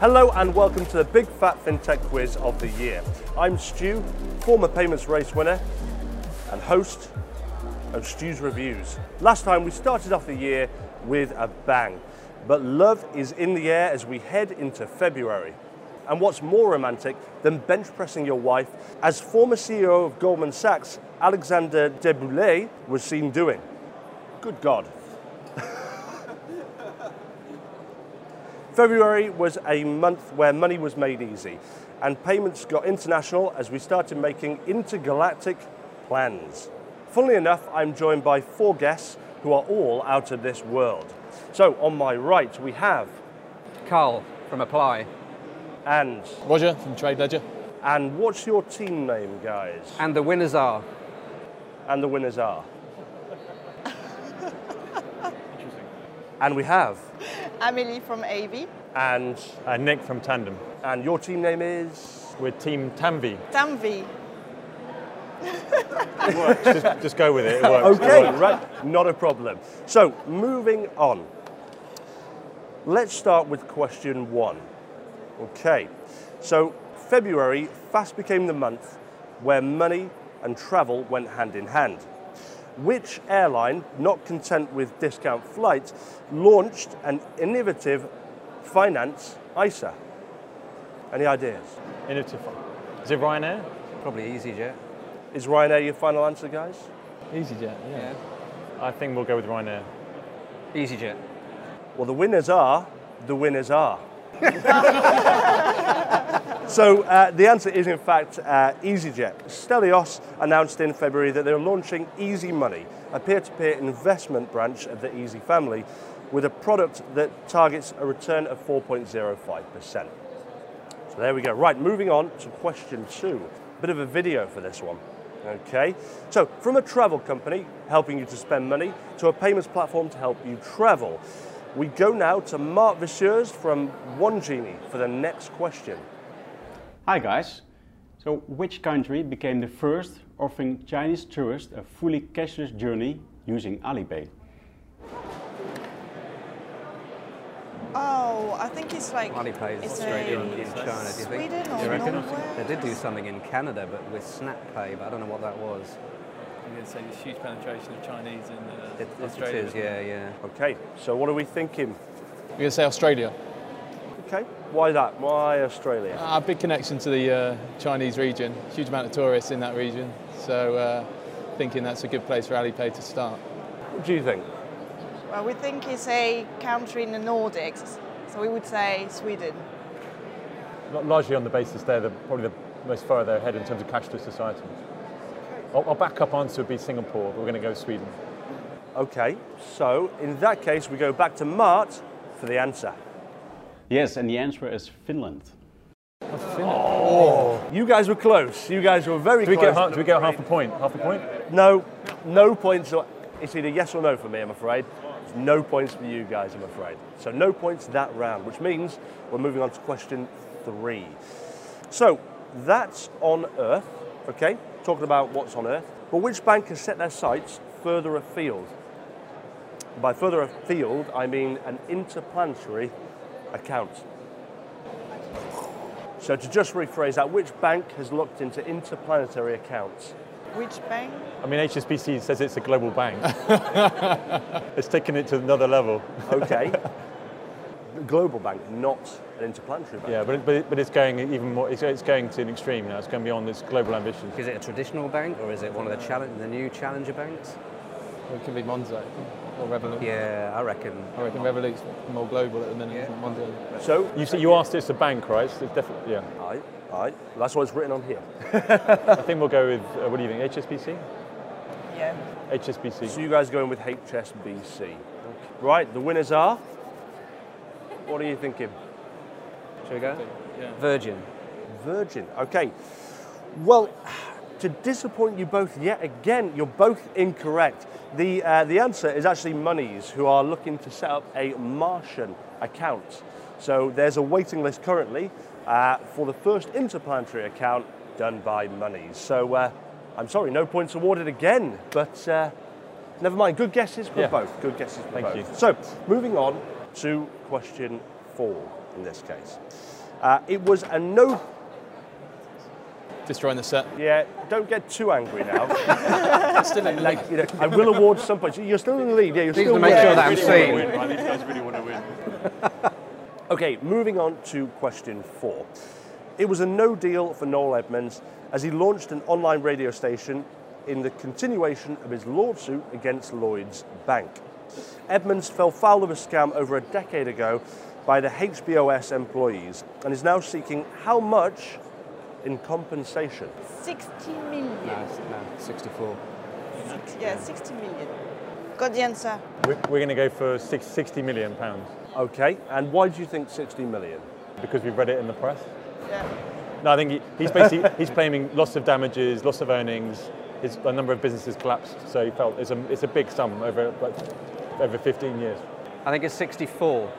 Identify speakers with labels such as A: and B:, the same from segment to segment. A: Hello and welcome to the Big Fat FinTech Quiz of the Year. I'm Stu, former payments race winner and host of Stu's Reviews. Last time we started off the year with a bang, but love is in the air as we head into February. And what's more romantic than bench pressing your wife, as former CEO of Goldman Sachs, Alexander Deboulet, was seen doing? Good God, February was a month where money was made easy and payments got international as we started making intergalactic plans. Funnily enough, I'm joined by four guests who are all out of this world. So, on my right, we have
B: Carl from Apply.
A: and
C: Roger from Trade Ledger.
A: and what's your team name, guys?
B: And the winners are
A: And the winners are. And we have
D: Amelie from AV,
A: and
E: Uh, Nick from Tandem.
A: and your team name is
E: We're Team Tamvi.
D: Tamvi,
E: just, just go with it. It
C: Oh.
E: works.
A: Okay, right, not a problem. So, moving on. Let's start with question one. Okay, so February fast became the month where money and travel went hand in hand. Which airline, not content with discount flights, launched an innovative finance ISA? Any ideas?
E: Innovative. Is it Ryanair?
B: probably EasyJet.
A: Is Ryanair your final answer, guys?
C: EasyJet, yeah.
B: Yeah.
E: I think we'll go with Ryanair.
B: EasyJet.
A: Well, the winners are the winners are. so uh, the answer is, in fact, uh, EasyJet. Stelios announced in February that they're launching Easy Money, a peer-to-peer investment branch of the Easy family, with a product that targets a return of 4.05%. So there we go. Right, moving on to question two. Bit of a video for this one. Okay, so from a travel company helping you to spend money to a payments platform to help you travel, we go now to Mark Visseurs from One Genie for the next question.
F: Hi guys. So, which country became the first offering Chinese tourists a fully cashless journey using Alipay?
D: Oh, I think it's like
B: Alipay is
D: it's
B: straight in,
D: um,
B: in China, do you think?
D: Sweden or Norway?
B: They did do something in Canada, but with SnapPay, but I don't know what that was.
G: I'm going to say there's huge penetration of Chinese in uh,
B: It, it- it
G: Australia.
B: is, yeah, yeah.
A: Okay, so what are we thinking?
C: We're going to say Australia.
A: Okay, why that? Why Australia?
C: A big connection to the uh, Chinese region, huge amount of tourists in that region. So, uh, thinking that's a good place for Alipay to start.
A: What do you think?
D: Well, we think it's a country in the Nordics, so we would say Sweden.
E: L- Largely on the basis they're the, probably the most further ahead in terms of cashless society. Our our backup answer would be Singapore, but we're going to go Sweden.
A: Okay, so in that case, we go back to Mart for the answer.
F: Yes, and the answer is Finland.
A: You guys were close. You guys were very
E: Do we
A: close.
E: get, half, do we get half a point? Half a point?
A: No, no points. or- It's either yes or no for me, I'm afraid. There's no points for you guys, I'm afraid. So no points that round, which means we're moving on to question three. So that's on Earth, okay? Talking about what's on Earth. But which bank has set their sights further afield? By further afield, I mean an interplanetary account. So to just rephrase that, which bank has looked into interplanetary accounts?
D: Which bank?
E: I mean, HSBC says it's a global bank. it's taken it to another level.
A: Okay. Global bank, not an interplanetary bank.
E: Yeah, but, it, but, it, but it's going even more, it's, it's going to an extreme now. It's going beyond its global ambitions.
B: Is it a traditional bank or is it one of the, challenge, the new challenger banks?
C: Or it could be Monzo or Revolut.
B: Yeah, I reckon.
C: I reckon Revolut's more global at the minute than Monzo.
A: So,
E: You, said- you asked it's a bank, right? It's definitely, yeah.
A: I, I, that's what it's written on here.
E: I think we'll go with, uh, what do you think, HSBC?
D: Yeah.
A: So
E: HSBC.
A: you guys going with HSBC. Right, the winners are. What are you thinking?
B: Should we go? Virgin.
A: Virgin. Okay. Well, to disappoint you both yet again, you're both incorrect. The, uh, the answer is actually Monies, who are looking to set up a Martian account. So there's a waiting list currently uh, for the first interplanetary account done by Monies. So uh, I'm sorry, no points awarded again, but uh, never mind. Good guesses for
E: Yeah.
A: both. Good guesses for
E: Thank
A: both.
E: you.
A: So moving on to question four. in this case. Uh, it was a no.
C: Destroying the set.
A: Yeah, don't get too angry now.
C: Still in the league.
A: like, you know, I will award some points. You're still in the lead. Yeah, you're
B: Please
A: still
B: to make
A: winning.
B: sure that I'm seen.
G: Right, these guys really want to win.
A: Okay, moving on to question four. It was a no deal for Noel Edmonds as he launched an online radio station in the continuation of his lawsuit against Lloyd's Bank. Edmonds fell foul of a scam over a decade ago by the HBOS employees and is now seeking how much in compensation?
D: 60 million.
B: No, it's- no, 64.
D: Six- yeah, 60 million. Got the answer.
E: We're, we're going to go for six- 60 million pounds
A: Okay, and why do you think 60 million?
E: because we've read it in the press.
D: Yeah.
E: No, I think he, he's basically he's claiming loss of damages, loss of earnings. His, a number of businesses collapsed, so he felt it's a, it's a big sum over like, over 15 years.
B: I think it's 64.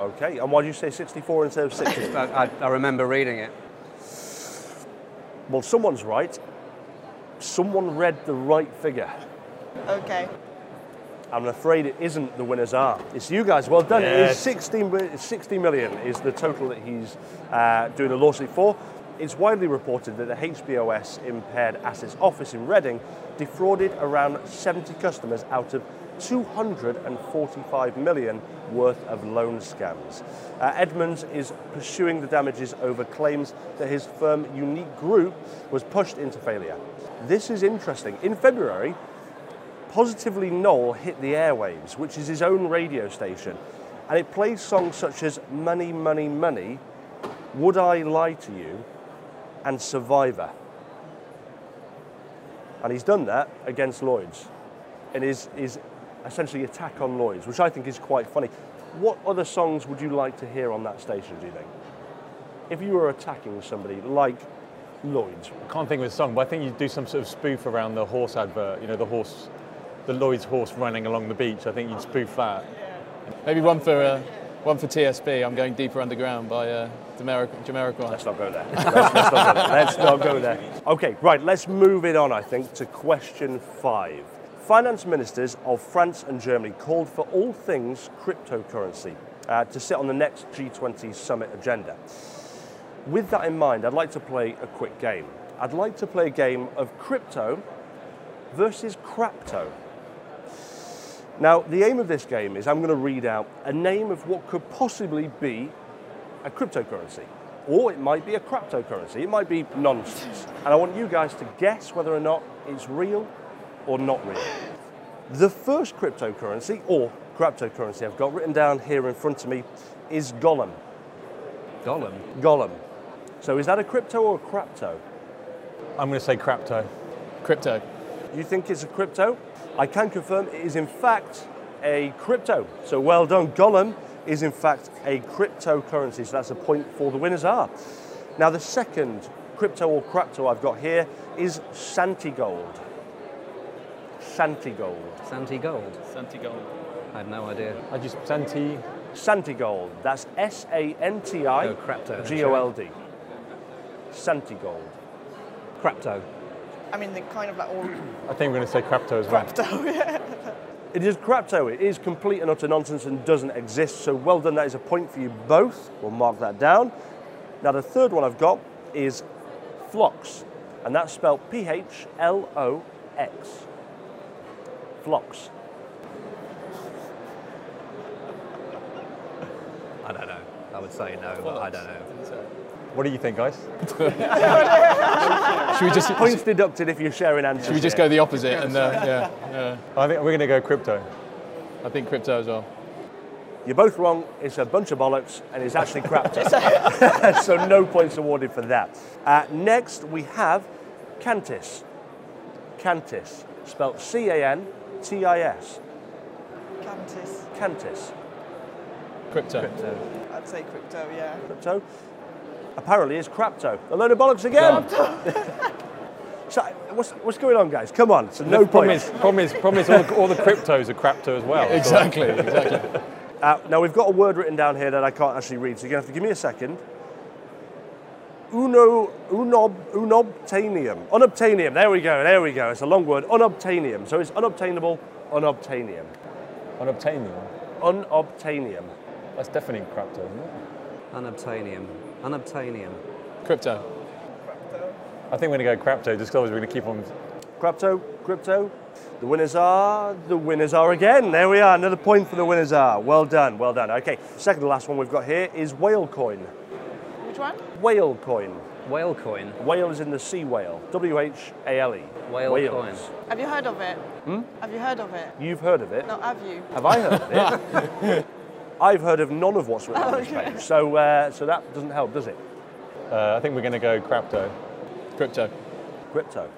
A: Okay, and why do you say 64 instead of 60?
B: I, I, I remember reading it.
A: Well, someone's right. Someone read the right figure.
D: Okay.
A: I'm afraid it isn't the winners are. It's you guys. Well done. It is
E: Yes.
A: 16, mi- 60 million is the total that he's uh, doing the lawsuit for. It's widely reported that the HBOS impaired assets office in Reading defrauded around 70 customers out of 245 million worth of loan scams. Uh, Edmonds is pursuing the damages over claims that his firm Unique Group was pushed into failure. This is interesting. In February, Positively Noel hit the airwaves, which is his own radio station, and it plays songs such as Money, Money, Money, Would I Lie to You, and Survivor. And he's done that against Lloyds, and is, is essentially attack on Lloyds, which I think is quite funny. What other songs would you like to hear on that station, do you think? If you were attacking somebody like Lloyds,
E: I can't think of a song, but I think you do some sort of spoof around the horse advert. You know, the horse, the Lloyd's horse running along the beach. I think you'd spoof that.
C: Maybe one for uh, one for TSB. I'm going deeper underground by uh, Jamaica. Jamaica.
A: Let's not go there. Let's, let's not go there. Let's not go there. Okay, right, let's move it on, I think, to question five. Finance ministers of France and Germany called for all things cryptocurrency uh, to sit on the next G20 summit agenda. With that in mind, I'd like to play a quick game. I'd like to play a game of crypto versus crapto. Now, the aim of this game is I'm going to read out a name of what could possibly be a cryptocurrency, or it might be a cryptocurrency. It might be nonsense. And I want you guys to guess whether or not it's real or not real. The first cryptocurrency, or cryptocurrency I've got written down here in front of me, is Gollum.
B: Gollum.
A: Gollum. So is that a crypto or a crapto?
E: I'm going to say crapto.
C: Crypto.
A: You think it's a crypto? I can confirm it is in fact a crypto. So well done. Gollum is in fact a cryptocurrency. So that's a point for the winners are. Now the second crypto or crypto I've got here is Santigold. Santigold.
B: Santi Gold.
G: Santi Gold.
B: I had no idea.
E: I just Santi.
A: Santigold. That's S A N T
B: Oh,
A: I
B: crapto.
A: G O L D. Santigold.
B: Crapto.
D: I mean, the kind of like all
E: I think we're going to say crapto as well.
A: It is crapto. It is complete and utter nonsense and doesn't exist. So well done. That is a point for you both. We'll mark that down. Now the third one I've got is Flox, and that's spelled P-H-L-O-X. Flox.
B: I don't know. I would say no, but I don't know.
E: What do you think, guys?
C: Should we just
A: Points
C: should
A: deducted if you're sharing answers.
C: we just
A: here.
C: go the opposite? And uh, yeah,
E: I think we're going to go crypto.
C: yeah, I think crypto as well.
A: You're both wrong. It's a bunch of bollocks, and it's actually crapto. so no points awarded for that. Uh, next we have Cantis. Cantis, spelled C-A-N-T-I-S.
D: counters.
A: Cantis.
C: Crypto.
D: I'd say crypto, yeah.
A: crypto apparently is crapto. A load of bollocks again. so, what's, what's going on, guys? Come on. So no
E: The problem is,
A: points.
E: problem is, problem is all, the, all the cryptos are crapto as well.
C: Exactly. Exactly.
A: Uh, now, we've got a word written down here that I can't actually read, so you're going to have to give me a second. Uno, unob, unobtainium. Unobtainium. There we go. There we go. It's a long word. Unobtainium. So it's unobtainable, unobtainium.
E: On obtaining.
A: Unobtainium.
E: That's definitely crapto, isn't it?
B: Unobtainium. Unobtainium.
C: Crypto.
E: I think we're going to go crypto just because we're going to keep on.
A: Crypto, crypto. The winners are, the winners are again. There we are, another point for the winners are. Well done, well done. Okay, second to last one we've got here is whale coin.
D: Which one?
A: Whale coin.
B: Whale coin.
A: Whale is in the sea whale. W H A L E.
B: Whale
A: Whales.
D: Have you heard of it?
B: Hmm?
D: Have you heard of it?
A: You've heard of it.
D: No, have you?
A: Have I heard of it? I've heard of none of what's written on this page. So, uh, so that doesn't help, does it?
E: Uh, I think we're going to go crypto.
C: Crypto.
A: Crypto.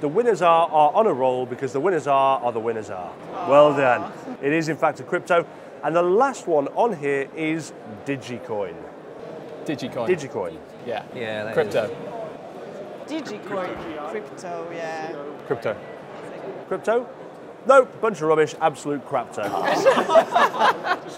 A: The winners are, are on a roll because the winners are are the winners are. Well done. It is in fact a crypto. And the last one on here is Digicoin.
C: Digicoin.
A: Digicoin.
C: yeah.
B: Yeah, that
C: Crypto.
B: is-
D: Digicoin, crypto, yeah.
E: Crypto.
A: Crypto? Nope, bunch of rubbish, absolute crapto. it's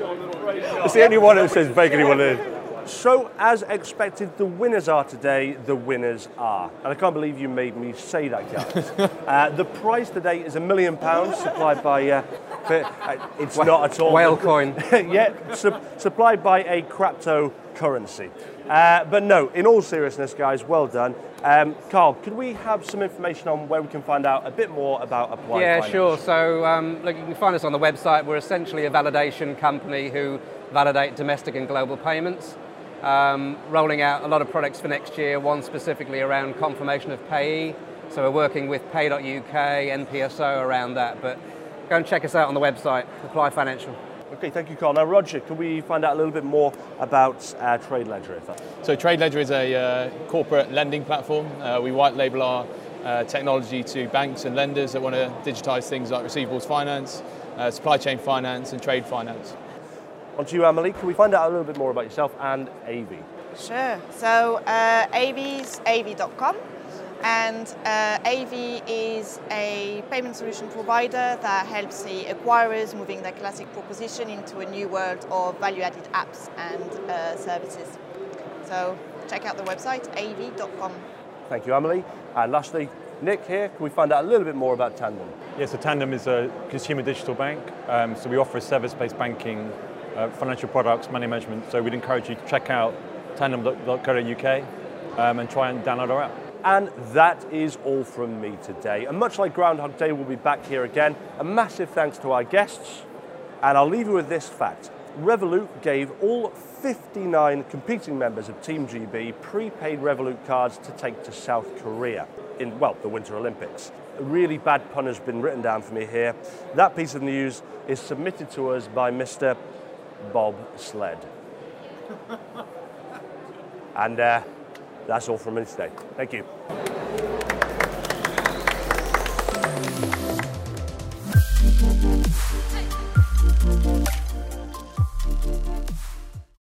A: the only one that says bake anyone in. So, as expected, the winners are today, the winners are. And I can't believe you made me say that, guys. uh, the prize today is a million pounds supplied by. Uh, fi- uh, it's not at all.
B: Whale coin.
A: yeah, su- supplied by a cryptocurrency. Uh, but no, in all seriousness, guys, well done. Um, Carl, could we have some information on where we can find out a bit more about Applied
B: Yeah,
A: Finance?
B: sure. So, um, look, you can find us on the website. We're essentially a validation company who validate domestic and global payments. Um, rolling out a lot of products for next year, one specifically around confirmation of payee. So, we're working with pay.uk, NPSO around that. But go and check us out on the website, Apply Financial.
A: Okay, thank you, Carl. Now, Roger, can we find out a little bit more about uh, Trade Ledger? If that?
C: So Trade Ledger is a uh, corporate lending platform. Uh, we white label our uh, technology to banks and lenders that want to digitize things like receivables finance, uh, supply chain finance, and trade finance.
A: On to you, Emily. Can we find out a little bit more about yourself and AV?
D: Sure. So uh, AV is av.com, and uh, AV is a payment solution provider that helps the acquirers moving their classic proposition into a new world of value-added apps and uh, services. So check out the website av.com.
A: Thank you, Emily. And lastly, Nick here. Can we find out a little bit more about Tandem?
E: Yeah, so Tandem is a consumer digital bank. Um, so we offer service based banking, uh, financial products, money management. So we'd encourage you to check out tandem.co.uk um, and try and download our app.
A: And that is all from me today. And much like Groundhog Day, we'll be back here again. A massive thanks to our guests. And I'll leave you with this fact Revolut gave all 59 competing members of Team GB prepaid Revolut cards to take to South Korea in, well, the Winter Olympics. A really bad pun has been written down for me here. That piece of news is submitted to us by Mr. Bob Sled. and uh, that's all from me today. Thank you.